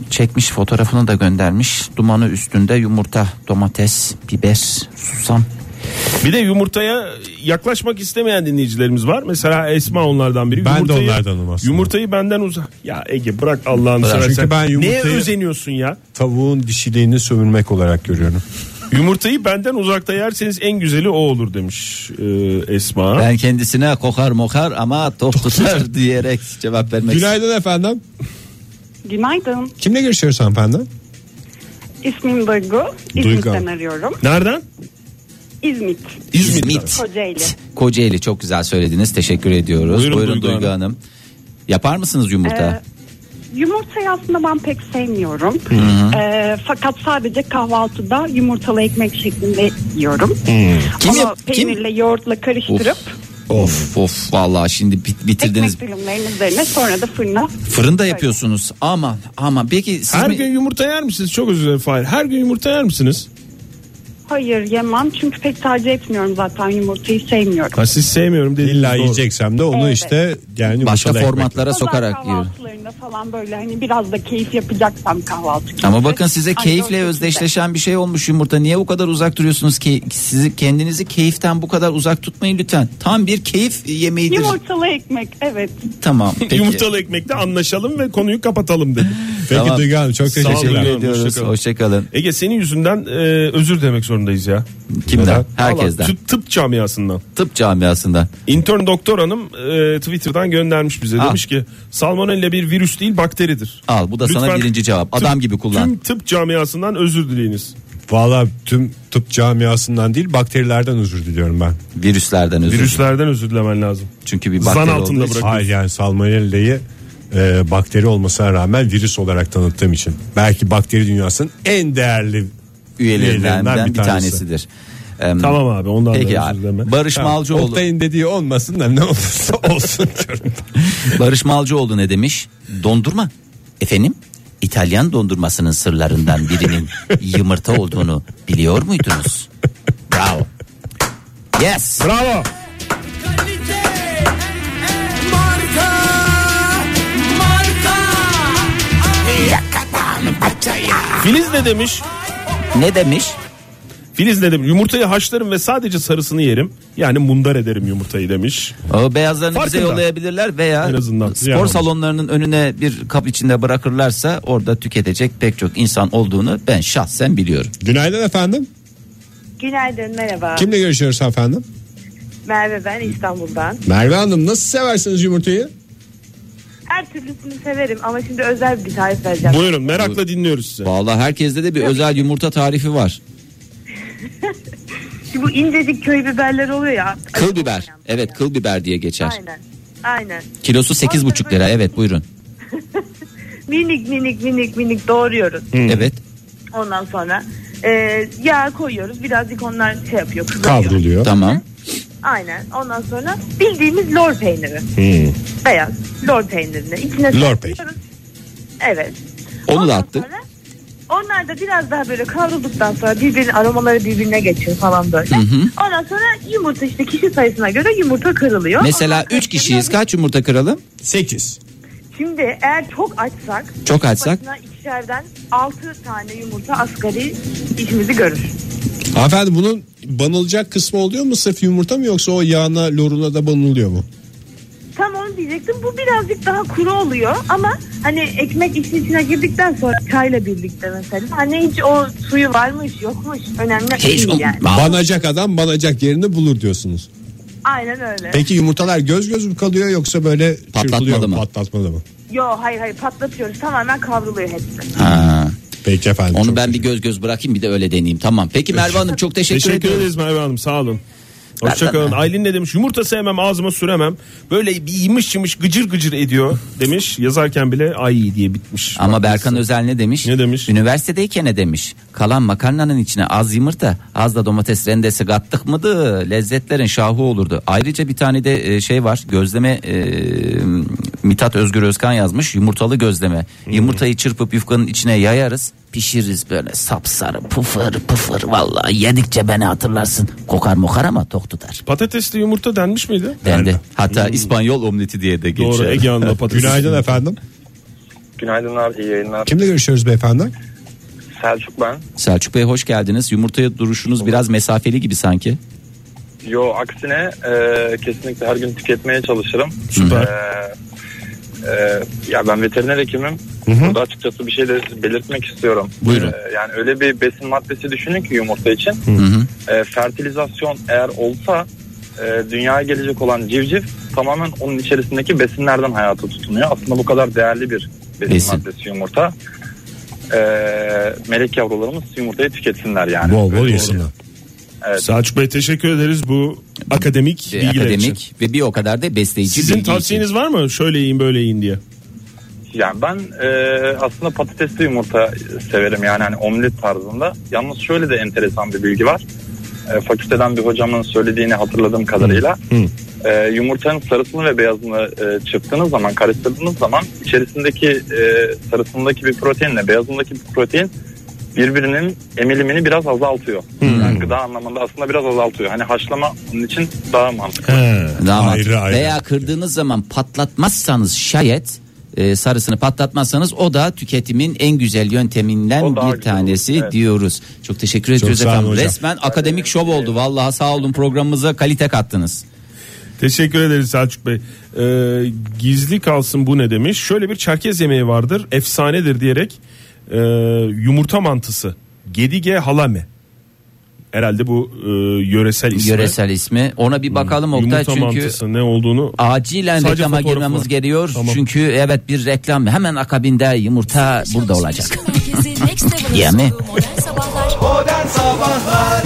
Speaker 3: Çekmiş fotoğrafını da göndermiş. Dumanı üstünde yumurta, domates, biber, susam.
Speaker 4: Bir de yumurtaya yaklaşmak istemeyen dinleyicilerimiz var. Mesela Esma onlardan biri.
Speaker 2: Ben de
Speaker 4: Yumurtayı-
Speaker 2: onlardanım aslında.
Speaker 4: Yumurtayı benden uzak. Ya Ege bırak Allah'ını seversen.
Speaker 2: Çünkü ben yumurtayı-
Speaker 4: Neye özeniyorsun ya?
Speaker 2: Tavuğun dişiliğini sömürmek olarak görüyorum.
Speaker 4: Yumurtayı benden uzakta yerseniz en güzeli o olur demiş e, Esma.
Speaker 3: Ben kendisine kokar mokar ama tok tutar diyerek cevap vermek
Speaker 10: Günaydın efendim.
Speaker 6: Günaydın.
Speaker 10: Kimle görüşüyoruz hanımefendi?
Speaker 6: İsmim Duygu.
Speaker 2: Duygu
Speaker 6: İzmit'ten
Speaker 2: Hanım.
Speaker 6: arıyorum.
Speaker 4: Nereden?
Speaker 6: İzmit,
Speaker 3: İzmit.
Speaker 6: Kocaeli.
Speaker 3: Kocaeli çok güzel söylediniz. Teşekkür ediyoruz.
Speaker 4: Buyurun
Speaker 3: Buyurun,
Speaker 4: Duygu
Speaker 3: Duygu, Hanım. Yapar mısınız yumurta?
Speaker 6: Ee, yumurtayı aslında ben pek sevmiyorum. Ee, fakat sadece kahvaltıda yumurtalı ekmek şeklinde yiyorum.
Speaker 3: Kim
Speaker 6: Ama
Speaker 3: yap- kim-
Speaker 6: peynirle yoğurtla karıştırıp
Speaker 3: Of of vallahi şimdi bit- bitirdiniz.
Speaker 6: ekmek dilimlerinin üzerine sonra da fırına.
Speaker 3: Fırında yapıyorsunuz. Aman aman peki siz
Speaker 4: Her
Speaker 3: mi-
Speaker 4: gün yumurta yer misiniz? Çok özür dilerim Fahir. Her gün yumurta yer misiniz?
Speaker 6: Hayır yemem çünkü pek tercih etmiyorum zaten yumurtayı sevmiyorum.
Speaker 4: Ha, siz sevmiyorum dediniz.
Speaker 2: İlla
Speaker 4: Doğru.
Speaker 2: yiyeceksem de onu
Speaker 6: Evet.
Speaker 2: işte yani
Speaker 3: başka
Speaker 2: yumurtalı ekmek.
Speaker 3: formatlara
Speaker 6: Pazar
Speaker 3: sokarak yiyor.
Speaker 6: kahvaltılarında falan böyle hani biraz da keyif yapacaksam kahvaltı.
Speaker 3: Ama
Speaker 6: keyfi.
Speaker 3: bakın size
Speaker 6: Anca o
Speaker 3: keyifle
Speaker 6: şekilde.
Speaker 3: özdeşleşen bir şey olmuş yumurta. Niye bu kadar uzak duruyorsunuz ki? Sizi kendinizi keyiften bu kadar uzak tutmayın lütfen. Tam bir keyif yemeğidir.
Speaker 6: Yumurtalı ekmek evet.
Speaker 3: Tamam. Peki.
Speaker 4: Yumurtalı ekmekte anlaşalım ve konuyu kapatalım dedi.
Speaker 2: Peki
Speaker 3: Tamam.
Speaker 2: Duygu Hanım çok
Speaker 4: Sağ
Speaker 2: teşekkürler.
Speaker 4: olun.
Speaker 3: Teşekkür ediyoruz.
Speaker 4: Hoşçakalın.
Speaker 3: Hoşçakalın.
Speaker 4: Ege senin yüzünden e, özür demek zorundayız ya.
Speaker 3: Kimden?
Speaker 4: Vallahi
Speaker 3: Herkesten.
Speaker 4: tü- tıp camiasından.
Speaker 3: Tıp camiasından.
Speaker 4: İntern doktor hanım e, Twitter'dan göndermiş bize.
Speaker 3: Ha.
Speaker 4: Demiş ki salmonella bir virüs değil bakteridir.
Speaker 3: Al bu da sana
Speaker 4: Lütfen
Speaker 3: birinci cevap.
Speaker 4: tıp-
Speaker 3: Adam gibi kullan.
Speaker 4: Tüm tıp camiasından özür dileyiniz.
Speaker 2: Valla tüm tıp camiasından değil bakterilerden özür diliyorum ben.
Speaker 3: Virüslerden özür.
Speaker 4: Virüslerden özür dilemen lazım.
Speaker 3: Çünkü bir
Speaker 4: Zan
Speaker 3: bakteri
Speaker 4: altında
Speaker 3: olduğu
Speaker 4: bırak-
Speaker 3: için.
Speaker 2: Hayır yani salmonella'yı e, bakteri olmasına rağmen virüs olarak tanıttığım için. Belki bakteri dünyasının en değerli
Speaker 3: üyelerinden bir, tanesidir. Em,
Speaker 4: Tamam abi ondan
Speaker 3: Peki
Speaker 4: da özür
Speaker 3: abi.
Speaker 4: dileme.
Speaker 3: Barış Malcıoğlu.
Speaker 2: Oktay'ın dediği olmasın da ne olursa olsun diyorum.
Speaker 3: Barış Malcıoğlu ne demiş? Dondurma. Efendim? İtalyan dondurmasının sırlarından birinin yumurta olduğunu biliyor muydunuz? Bravo. Yes.
Speaker 4: Bravo. Filiz ne demiş?
Speaker 3: Ne demiş?
Speaker 4: Filiz ne demiş? Yumurtayı haşlarım ve sadece sarısını yerim. Yani mundar ederim yumurtayı demiş.
Speaker 3: O beyazlarını bize
Speaker 4: Farkında.
Speaker 3: yollayabilirler veya
Speaker 4: En azından ziyan
Speaker 3: spor
Speaker 4: olmaz.
Speaker 3: salonlarının önüne bir kap içinde bırakırlarsa orada tüketecek pek çok insan olduğunu ben şahsen biliyorum.
Speaker 10: Günaydın efendim.
Speaker 11: Günaydın merhaba.
Speaker 10: Kimle görüşüyoruz efendim?
Speaker 11: Merve ben İstanbul'dan.
Speaker 10: Merve Hanım nasıl seversiniz yumurtayı?
Speaker 11: Her türlüsünü severim ama şimdi özel bir tarif vereceğim.
Speaker 4: Buyurun merakla dinliyoruz sizi.
Speaker 3: Vallahi herkeste de bir özel yumurta tarifi var.
Speaker 11: Şimdi bu incecik köy biberler oluyor ya.
Speaker 3: Kıl biber. Evet kıl biber diye geçer.
Speaker 11: Aynen. Aynen.
Speaker 3: Kilosu 8,5 lira. Evet buyurun.
Speaker 11: Minik minik minik minik doğruyoruz.
Speaker 3: Evet.
Speaker 11: Ondan sonra e, yağ koyuyoruz. Birazcık onlar şey yapıyor. kızarıyor.
Speaker 12: Kavruluyor.
Speaker 3: Tamam.
Speaker 11: Aynen. Ondan sonra bildiğimiz lor peyniri. Beyaz lor peynirini. İçine
Speaker 12: Lor peynir.
Speaker 11: sarıyoruz. Evet.
Speaker 3: Onu da
Speaker 11: Ondan
Speaker 3: attık.
Speaker 11: sonra Onlar da biraz daha böyle kavrulduktan sonra birbirinin aromaları birbirine geçiyor falan böyle. Ondan sonra yumurta işte kişi sayısına göre yumurta kırılıyor.
Speaker 3: Mesela
Speaker 11: Ondan
Speaker 3: 3
Speaker 11: sonra
Speaker 3: kişiyiz. Kaç yumurta kıralım?
Speaker 12: 8.
Speaker 11: Şimdi eğer çok açsak
Speaker 3: Çok açsak?
Speaker 11: başına ikişerden 6 tane yumurta asgari işimizi görür.
Speaker 2: Hanımefendi bunun banılacak kısmı oluyor mu sırf yumurta mı yoksa o yağına loruna da banılıyor mu?
Speaker 11: Tam onu diyecektim. Bu birazcık daha kuru oluyor ama hani ekmek işin içine girdikten sonra çayla birlikte mesela. Hani hiç o suyu varmış yokmuş önemli değil yani.
Speaker 2: Banacak adam banacak yerini bulur diyorsunuz.
Speaker 11: Aynen öyle.
Speaker 2: Peki yumurtalar göz göz mü kalıyor yoksa böyle
Speaker 3: Patlatmalı
Speaker 2: çırpılıyor
Speaker 3: mı?
Speaker 2: mu? Patlatmalı mı?
Speaker 11: Yo hayır hayır patlatıyoruz tamamen kavruluyor hepsi.
Speaker 3: Ha,
Speaker 2: Peki efendim.
Speaker 3: onu
Speaker 2: çok
Speaker 3: ben bir
Speaker 2: teşekkür-
Speaker 3: göz göz bırakayım bir de öyle deneyeyim. Tamam. Peki Merve Hanım çok teşekkür,
Speaker 4: Teşekkür
Speaker 3: ediyorum.
Speaker 4: ederiz Merve Hanım sağ olun.
Speaker 3: Ben
Speaker 4: Hoşçakalın.
Speaker 3: de-
Speaker 4: Aylin ne demiş? Yumurta sevmem ağzıma süremem. Böyle bir yımış yımış gıcır gıcır ediyor demiş. Yazarken bile ay diye bitmiş.
Speaker 3: Ama Berkan Özel ne demiş?
Speaker 4: Ne demiş?
Speaker 3: Üniversitedeyken ne demiş? Kalan makarnanın içine az yumurta, az da domates rendesi kattık mıydı? Lezzetlerin şahı olurdu. Ayrıca bir tane de e, şey var. Gözleme e, Mithat Özgür Özkan yazmış. Yumurtalı gözleme.
Speaker 4: Hmm.
Speaker 3: Yumurtayı çırpıp yufkanın içine yayarız. Pişiririz böyle sapsarı pıfır pıfır vallahi yedikçe beni hatırlarsın. Kokar mokar ama tok tutar.
Speaker 4: Patatesli yumurta denmiş miydi?
Speaker 3: Dendi. Hatta İspanyol omleti diye de geçiyor.
Speaker 4: Hmm. Doğru Ege Hanım'la patates.
Speaker 2: Günaydın efendim.
Speaker 13: Günaydınlar, iyi yayınlar.
Speaker 2: Kimle görüşüyoruz beyefendi?
Speaker 13: Selçuk ben.
Speaker 3: Selçuk Bey hoş geldiniz. Yumurtaya duruşunuz biraz mesafeli gibi sanki.
Speaker 13: Yo aksine e, kesinlikle her gün tüketmeye çalışırım.
Speaker 4: Süper.
Speaker 13: E, e, ya ben veteriner hekimim. Burada açıkçası bir şey de belirtmek istiyorum.
Speaker 3: Buyurun.
Speaker 13: E, yani öyle bir besin maddesi düşünün ki yumurta için. E, fertilizasyon eğer olsa e, dünyaya gelecek olan civciv tamamen onun içerisindeki besinlerden hayata tutunuyor. Aslında bu kadar değerli bir besin,
Speaker 3: Besin.
Speaker 13: maddesi yumurta. E, melek yavrularımız yumurtayı tüketsinler yani.
Speaker 12: Bol bol yesinler.
Speaker 4: Selçuk Bey teşekkür ederiz bu akademik
Speaker 3: Ve
Speaker 4: bilgiler
Speaker 3: akademik
Speaker 4: için.
Speaker 3: ve bir o kadar da besleyici
Speaker 4: Sizin
Speaker 3: bilgi
Speaker 4: tavsiyeniz
Speaker 3: için.
Speaker 4: var mı? Şöyle yiyin böyle yiyin diye.
Speaker 13: Yani ben e, aslında patatesli yumurta severim yani hani omlet tarzında. Yalnız şöyle de enteresan bir bilgi var. E, fakülteden bir hocamın söylediğini hatırladığım kadarıyla e, yumurtanın sarısını ve beyazını e, çırptığınız zaman karıştırdığınız zaman içerisindeki e, sarısındaki bir proteinle beyazındaki bir protein birbirinin emilimini biraz azaltıyor. Yani gıda anlamında aslında biraz azaltıyor. Hani haşlama onun için daha mantıklı.
Speaker 3: Damat.
Speaker 12: Ayrı ayrı.
Speaker 3: Veya kırdığınız zaman patlatmazsanız şayet e, sarısını patlatmazsanız o da tüketimin en güzel
Speaker 13: O
Speaker 3: yönteminden
Speaker 13: daha
Speaker 3: bir
Speaker 13: güzel olur,
Speaker 3: tanesi
Speaker 13: evet.
Speaker 3: diyoruz. Çok teşekkür ediyoruz
Speaker 12: sağ olun
Speaker 3: efendim.
Speaker 12: hocam.
Speaker 3: Resmen akademik şov oldu. Vallahi sağ olun programımıza kalite kattınız.
Speaker 4: Teşekkür ederiz Selçuk Bey. Ee, gizli kalsın bu ne demiş? Şöyle bir Çerkez yemeği vardır. Efsanedir diyerek e, yumurta mantısı. Gedige halame. Herhalde bu e, yöresel ismi.
Speaker 3: Yöresel ismi. Ona bir bakalım Oktay
Speaker 4: Hmm, yumurta
Speaker 3: çünkü
Speaker 4: mantısı ne olduğunu.
Speaker 3: acilen
Speaker 4: Sadece
Speaker 3: reklama
Speaker 4: fotoğrafı
Speaker 3: girmemiz
Speaker 4: var.
Speaker 3: gerekiyor.
Speaker 4: Tamam.
Speaker 3: Çünkü evet bir reklam hemen akabinde yumurta burada olacak. Yani.
Speaker 14: Modern Sabahlar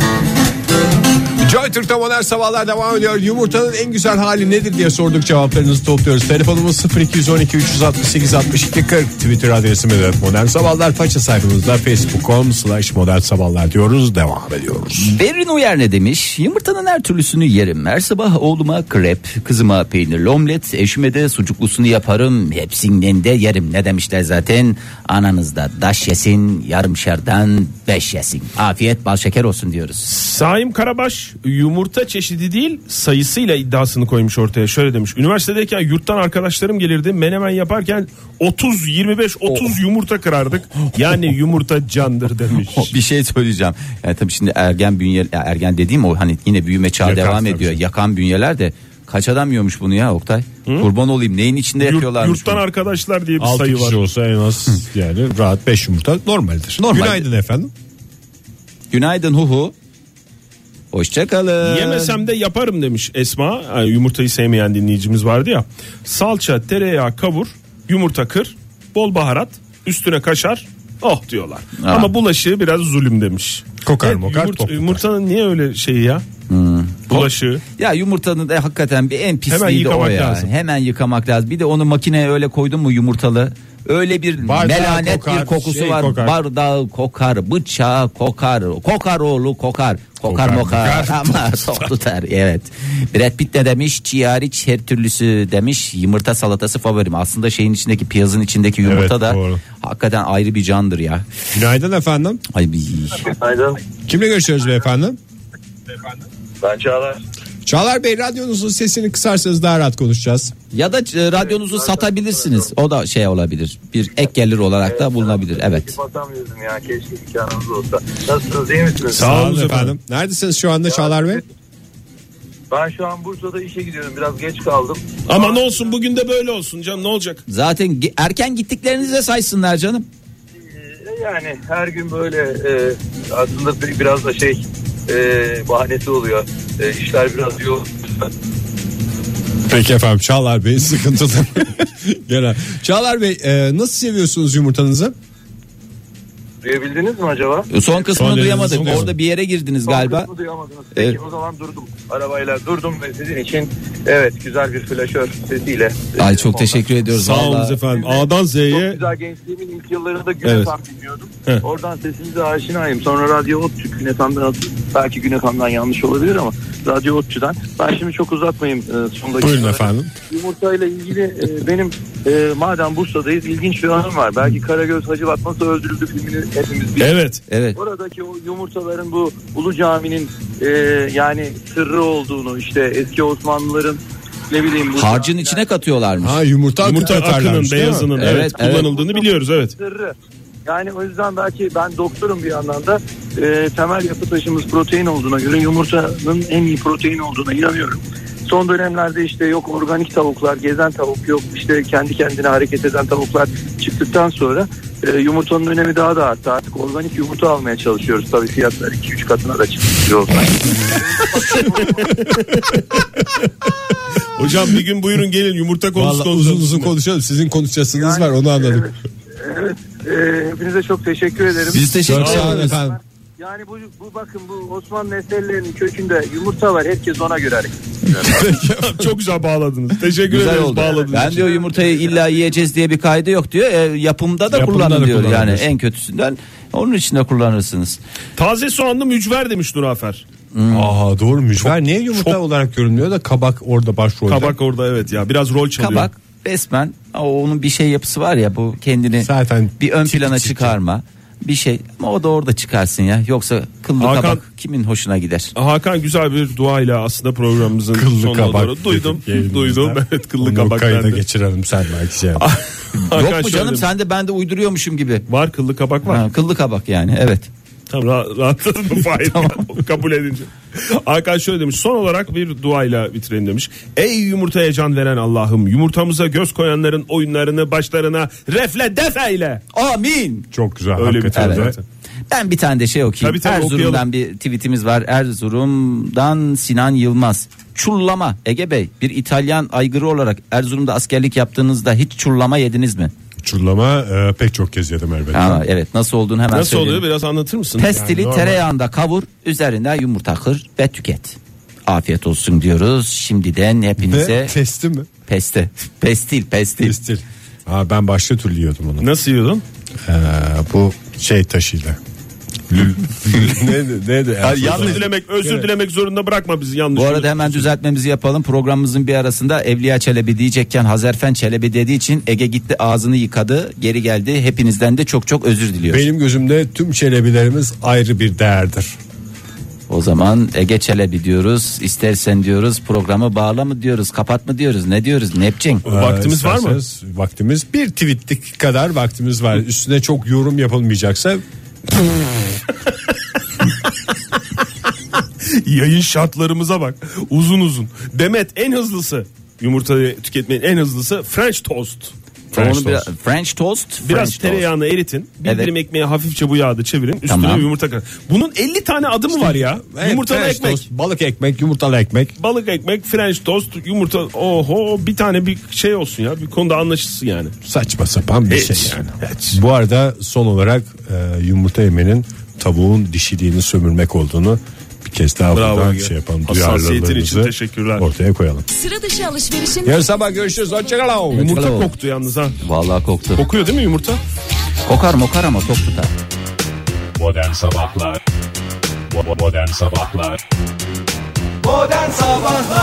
Speaker 2: Joy Türk'te modern sabahlar devam ediyor. Yumurtanın en güzel hali nedir diye sorduk cevaplarınızı topluyoruz. Telefonumuz 0212 368 62 40.
Speaker 12: Twitter adresimiz de modern sabahlar faça sayfamızda facebook.com slash modern sabahlar diyoruz devam ediyoruz.
Speaker 3: Berin Uyar ne demiş? Yumurtanın her türlüsünü yerim. Her sabah oğluma krep, kızıma peynirli omlet, eşime de sucuklusunu yaparım. Hepsinden de yerim. Ne demişler zaten? Ananız da daş yesin, yarımşerden beş yesin. Afiyet bal şeker olsun diyoruz.
Speaker 4: Saim Karabaş yumurta çeşidi değil sayısıyla iddiasını koymuş ortaya. Şöyle demiş. Üniversitedeyken yurttan arkadaşlarım gelirdi. Menemen yaparken 30 25 30
Speaker 3: Oh.
Speaker 4: yumurta kırardık. Yani yumurta candır demiş.
Speaker 3: Bir şey söyleyeceğim. Yani tabii şimdi ergen bünye ya ergen dediğim o hani yine büyüme çağı
Speaker 12: Yakan
Speaker 3: devam
Speaker 12: tabii
Speaker 3: ediyor.
Speaker 12: canım.
Speaker 3: Yakan bünyeler de kaç adam yiyormuş bunu ya Oktay? Kurban olayım neyin içinde
Speaker 4: Yurt-
Speaker 3: yapıyorlarmış
Speaker 4: yurttan
Speaker 3: bunu?
Speaker 4: arkadaşlar diye bir
Speaker 12: 6
Speaker 4: sayı var.
Speaker 12: kişi olsa en az yani rahat 5 yumurta normaldir. Günaydın efendim.
Speaker 3: Günaydın huhu. Hoşçakalın.
Speaker 4: Yemesem de Ee, yaparım demiş Esma. Yani yumurtayı sevmeyen dinleyicimiz vardı ya. Salça, tereyağı kavur. yumurta kır, bol baharat, üstüne kaşar. Oh diyorlar.
Speaker 3: Ha.
Speaker 4: Ama bulaşığı biraz zulüm demiş.
Speaker 13: Kokar
Speaker 4: Evet,
Speaker 13: mokar, Hmm. top kokar.
Speaker 4: Yumurtanın niye öyle şeyi ya? Bulaşığı.
Speaker 3: Ya yumurtanın da hakikaten bir en pisliği
Speaker 4: Hemen
Speaker 3: de o
Speaker 4: yıkamak
Speaker 3: ya.
Speaker 4: lazım.
Speaker 3: Hemen yıkamak lazım. Bir de onu makineye öyle koydun mu yumurtalı öyle bir
Speaker 13: Bardağı
Speaker 3: melanet
Speaker 13: kokar,
Speaker 3: bir kokusu
Speaker 13: şey
Speaker 3: var.
Speaker 13: kokar.
Speaker 3: Bardağı kokar, bıçağı kokar, kokar oğlu kokar. Kokar
Speaker 13: Kokar,
Speaker 3: mokar ama sok tutar. Evet. Brad Pitt ne demiş? Ciğeriç her türlüsü demiş. Yumurta salatası favorim. Aslında şeyin içindeki piyazın içindeki yumurta
Speaker 13: Evet,
Speaker 3: da
Speaker 13: doğru.
Speaker 3: hakikaten ayrı bir candır ya.
Speaker 13: Günaydın efendim.
Speaker 3: Ay bir
Speaker 7: Günaydın.
Speaker 13: Kimle görüşüyoruz beyefendi?
Speaker 7: Ben Çağlar.
Speaker 13: Çağlar Bey radyonuzun sesini kısarsanız daha rahat konuşacağız.
Speaker 3: Ya da e, radyonuzu satabilirsiniz. O da şey olabilir. Bir ek gelir olarak da bulunabilir. Evet.
Speaker 7: Batamıyordum ya keşke imkanımız olsa. Nasılsınız iyi misiniz?
Speaker 4: Sağ olun efendim.
Speaker 13: Neredesiniz şu anda Çağlar Bey?
Speaker 7: Ben şu an Bursa'da işe gidiyorum biraz geç kaldım.
Speaker 4: Aman olsun bugün de böyle olsun canım ne olacak?
Speaker 3: Zaten ge- erken gittiklerinize saysınlar canım.
Speaker 7: Ee, Yani her gün böyle e, aslında bir- biraz da şey e, bahanesi oluyor. E, işler biraz yoğun.
Speaker 13: Peki efendim Çağlar Bey sıkıntılı. Genel. Çağlar Bey e, nasıl seviyorsunuz yumurtanızı?
Speaker 7: Duyabildiniz mi acaba?
Speaker 3: E, Son kısmını
Speaker 13: dediğiniz
Speaker 3: duyamadık.
Speaker 13: son kısmı.
Speaker 3: Orada bir yere girdiniz
Speaker 7: Son
Speaker 3: galiba.
Speaker 7: kısmı duyamadınız. Peki
Speaker 3: Evet.
Speaker 7: o zaman durdum. Arabayla durdum ve sizin için evet güzel bir flaşör sesiyle.
Speaker 3: Ay
Speaker 7: e,
Speaker 3: çok
Speaker 7: ondan.
Speaker 3: teşekkür ediyoruz.
Speaker 13: Sağ olun
Speaker 3: vallahi.
Speaker 13: efendim. A'dan
Speaker 7: Çok
Speaker 13: Z'ye
Speaker 7: güzel gençliğimin ilk yıllarında
Speaker 13: Evet.
Speaker 7: Günetan dinliyordum. Oradan sesinize aşinayım. Sonra Radyo Otçu Günetan'dan atıp belki Günetan'dan yanlış olabilir ama Radyo Otçu'dan. Ben şimdi çok uzatmayayım e, sondaki.
Speaker 13: buyurun efendim.
Speaker 7: Yumurta ile ilgili e, benim e, madem Bursa'dayız ilginç bir anım var. Belki Karagöz Hacı Batması öldürüldü filmini hepimiz biliyoruz.
Speaker 4: Evet.
Speaker 3: Evet.
Speaker 7: Oradaki o yumurtaların bu Ulu Cami'nin e, yani sırrı olduğunu işte eski Osmanlıların ne bileyim bu
Speaker 3: Harcın
Speaker 7: camiler-
Speaker 3: içine katıyorlarmış.
Speaker 13: Ha yumurta,
Speaker 4: Yumurta akının
Speaker 13: atarlarmış, değil mi?
Speaker 4: beyazının
Speaker 3: Evet,
Speaker 4: evet,
Speaker 3: evet.
Speaker 4: kullanıldığını biliyoruz evet.
Speaker 7: sırrı. Yani o yüzden belki ben doktorum bir yandan da e, temel yapı taşımız protein olduğuna göre yumurtanın en iyi protein olduğuna inanıyorum. Son dönemlerde işte yok organik tavuklar, gezen tavuk yok işte kendi kendine hareket eden tavuklar çıktıktan sonra e, yumurtanın önemi daha da arttı. Artık organik yumurta almaya çalışıyoruz. Tabii fiyatlar 2-3 katına da çıkıyor. olsa.
Speaker 4: Hocam bir gün buyurun gelin yumurta konusu
Speaker 13: Vallahi
Speaker 4: konuşalım.
Speaker 13: uzun uzun konuşalım. Sizin konuşasınız
Speaker 7: Yani,
Speaker 13: var onu anladım.
Speaker 7: evet, e, hepinize çok teşekkür ederim.
Speaker 3: Biz teşekkür
Speaker 13: Çok sağ olun
Speaker 3: ederiz.
Speaker 13: efendim.
Speaker 7: Yani bu, bu bakın bu Osmanlı eserlerinin kökünde yumurta var. Herkes ona göre hareket
Speaker 4: Çok güzel bağladınız. Teşekkür
Speaker 3: Güzel
Speaker 4: ederiz
Speaker 3: oldu.
Speaker 4: bağladınız.
Speaker 3: Ben diyor yumurtayı illa yiyeceğiz diye bir kaydı yok diyor. E, yapımda da
Speaker 13: Yapımda da
Speaker 3: kullanın diyor yani
Speaker 13: kullanıyorsun.
Speaker 3: en kötüsünden. Onun için de kullanırsınız.
Speaker 4: Taze soğanlı mücver demiş Nurafer.
Speaker 3: Hmm.
Speaker 13: Aa doğru mücver niye yumurta olarak görünmüyor da kabak orada başrolde.
Speaker 4: Kabak orada evet ya biraz rol çalıyor.
Speaker 3: Kabak resmen o- onun bir şey yapısı var ya bu kendini
Speaker 13: Zaten
Speaker 3: bir ön
Speaker 13: tipi
Speaker 3: plana
Speaker 13: çirkin.
Speaker 3: çıkarma bir şey ama o da orada çıkarsın ya yoksa kıllı
Speaker 4: Hakan-
Speaker 3: kabak kimin hoşuna gider?
Speaker 4: Hakan güzel bir duayla aslında programımızın
Speaker 13: Kıllı
Speaker 4: sonuna
Speaker 13: kabak.
Speaker 4: doğru. Duydum,
Speaker 13: dedik
Speaker 4: duydum.
Speaker 13: yayınımızda.
Speaker 4: Evet kıllı
Speaker 13: Onu
Speaker 4: kabak
Speaker 13: kayda
Speaker 4: bende.
Speaker 13: geçirelim sen belki şey. yap.
Speaker 4: Hakan
Speaker 3: Yok mu
Speaker 4: şöyle
Speaker 3: canım
Speaker 4: demiş.
Speaker 3: sen de ben de uyduruyormuşum gibi.
Speaker 4: Var kıllı kabak var.
Speaker 3: Ha, kıllı kabak yani evet.
Speaker 4: Tamam ra- rahatladın mı Fahir? Kabul edince. Hakan şöyle demiş. Son olarak bir duayla bitirelim demiş. Ey yumurtaya can veren Allah'ım. Yumurtamıza göz koyanların oyunlarını başlarına refle def eyle.
Speaker 3: Amin.
Speaker 13: Çok güzel.
Speaker 4: Öyle bir
Speaker 13: hakikaten
Speaker 4: tadı.
Speaker 13: de.
Speaker 3: Evet. Ben bir tane de şey okuyayım.
Speaker 4: Tabii, tabii,
Speaker 3: Erzurum'dan
Speaker 4: okuyalım.
Speaker 3: bir tweetimiz var. Erzurum'dan Sinan Yılmaz. Çullama Ege Bey bir İtalyan aygırı olarak Erzurum'da askerlik yaptığınızda hiç çullama yediniz mi?
Speaker 13: Çurlama e, pek çok kez yedim elbette.
Speaker 3: Ha, evet nasıl olduğunu hemen
Speaker 4: Nasıl
Speaker 3: söyleyeyim.
Speaker 4: oluyor biraz anlatır mısın?
Speaker 3: Pestili tereyağında kavur, üzerine yumurta kır ve tüket. Afiyet olsun diyoruz. Şimdiden hepinize
Speaker 13: Ve testi mi?
Speaker 3: peste. Pestil, pestil.
Speaker 13: Pestil. Ha, ben başka türlü yiyordum onu.
Speaker 4: Nasıl yiyordun?
Speaker 13: Ee, bu şey taşıyla. Lül. neydi? neydi?
Speaker 4: Özür dilemek, özür dilemek zorunda bırakma bizi yanlış.
Speaker 3: Bu arada hemen düzeltmemizi yapalım. Programımızın bir arasında Evliya Çelebi diyecekken Hazerfen Çelebi dediği için Ege gitti ağzını yıkadı, geri geldi. Hepinizden de çok çok özür diliyoruz.
Speaker 13: Benim gözümde tüm çelebilerimiz ayrı bir değerdir.
Speaker 3: O zaman Ege Çelebi diyoruz. istersen diyoruz. Programı bağla mı diyoruz, kapat mı diyoruz? Ne diyoruz? Ne yapacaksın?
Speaker 2: Ee,
Speaker 4: Vaktimiz var mı?
Speaker 13: mı? E, Vaktimiz bir tweetlik kadar vaktimiz var. Üstüne çok yorum yapılmayacaksa
Speaker 4: Yayın şartlarımıza bak. Uzun uzun. Demet en hızlısı. Yumurtayı tüketmenin en hızlısı French toast.
Speaker 3: French,
Speaker 2: French
Speaker 3: Onu biraz, French toast.
Speaker 4: Biraz
Speaker 3: French toast.
Speaker 4: tereyağını eritin. Bir
Speaker 3: Evet.
Speaker 4: dilim ekmeğe hafifçe bu yağda çevirin. Üstüne
Speaker 3: Tamam.
Speaker 4: bir yumurta kırın. Bunun 50 tane adı mı var ya?
Speaker 15: Evet,
Speaker 4: Yumurtalı
Speaker 15: French
Speaker 4: ekmek.
Speaker 15: toast, balık ekmek, yumurtalı ekmek.
Speaker 4: Balık ekmek, French toast, yumurta. Oho bir tane bir şey olsun ya. Bir konuda anlaşılsın yani.
Speaker 15: Saçma sapan bir
Speaker 4: Evet.
Speaker 15: şey yani.
Speaker 2: Bu arada son olarak e, yumurta yemenin tavuğun dişiliğini sömürmek olduğunu bir kez daha
Speaker 4: Bravo
Speaker 2: buradan
Speaker 4: Ege.
Speaker 2: şey yapalım.
Speaker 4: Hassasiyetin için
Speaker 2: Duyarlılığımızı
Speaker 4: teşekkürler.
Speaker 2: Ortaya koyalım.
Speaker 5: Sıra dışı alışverişin
Speaker 15: Yarın sabah görüşürüz. Hoşçakalın.
Speaker 4: Yumurta
Speaker 3: Bravo.
Speaker 4: koktu yalnız ha.
Speaker 3: Vallahi koktu.
Speaker 4: Kokuyor değil mi yumurta?
Speaker 3: Kokar mokar ama tok tutar.
Speaker 2: Modern Sabahlar Modern Sabahlar
Speaker 5: Modern Sabahlar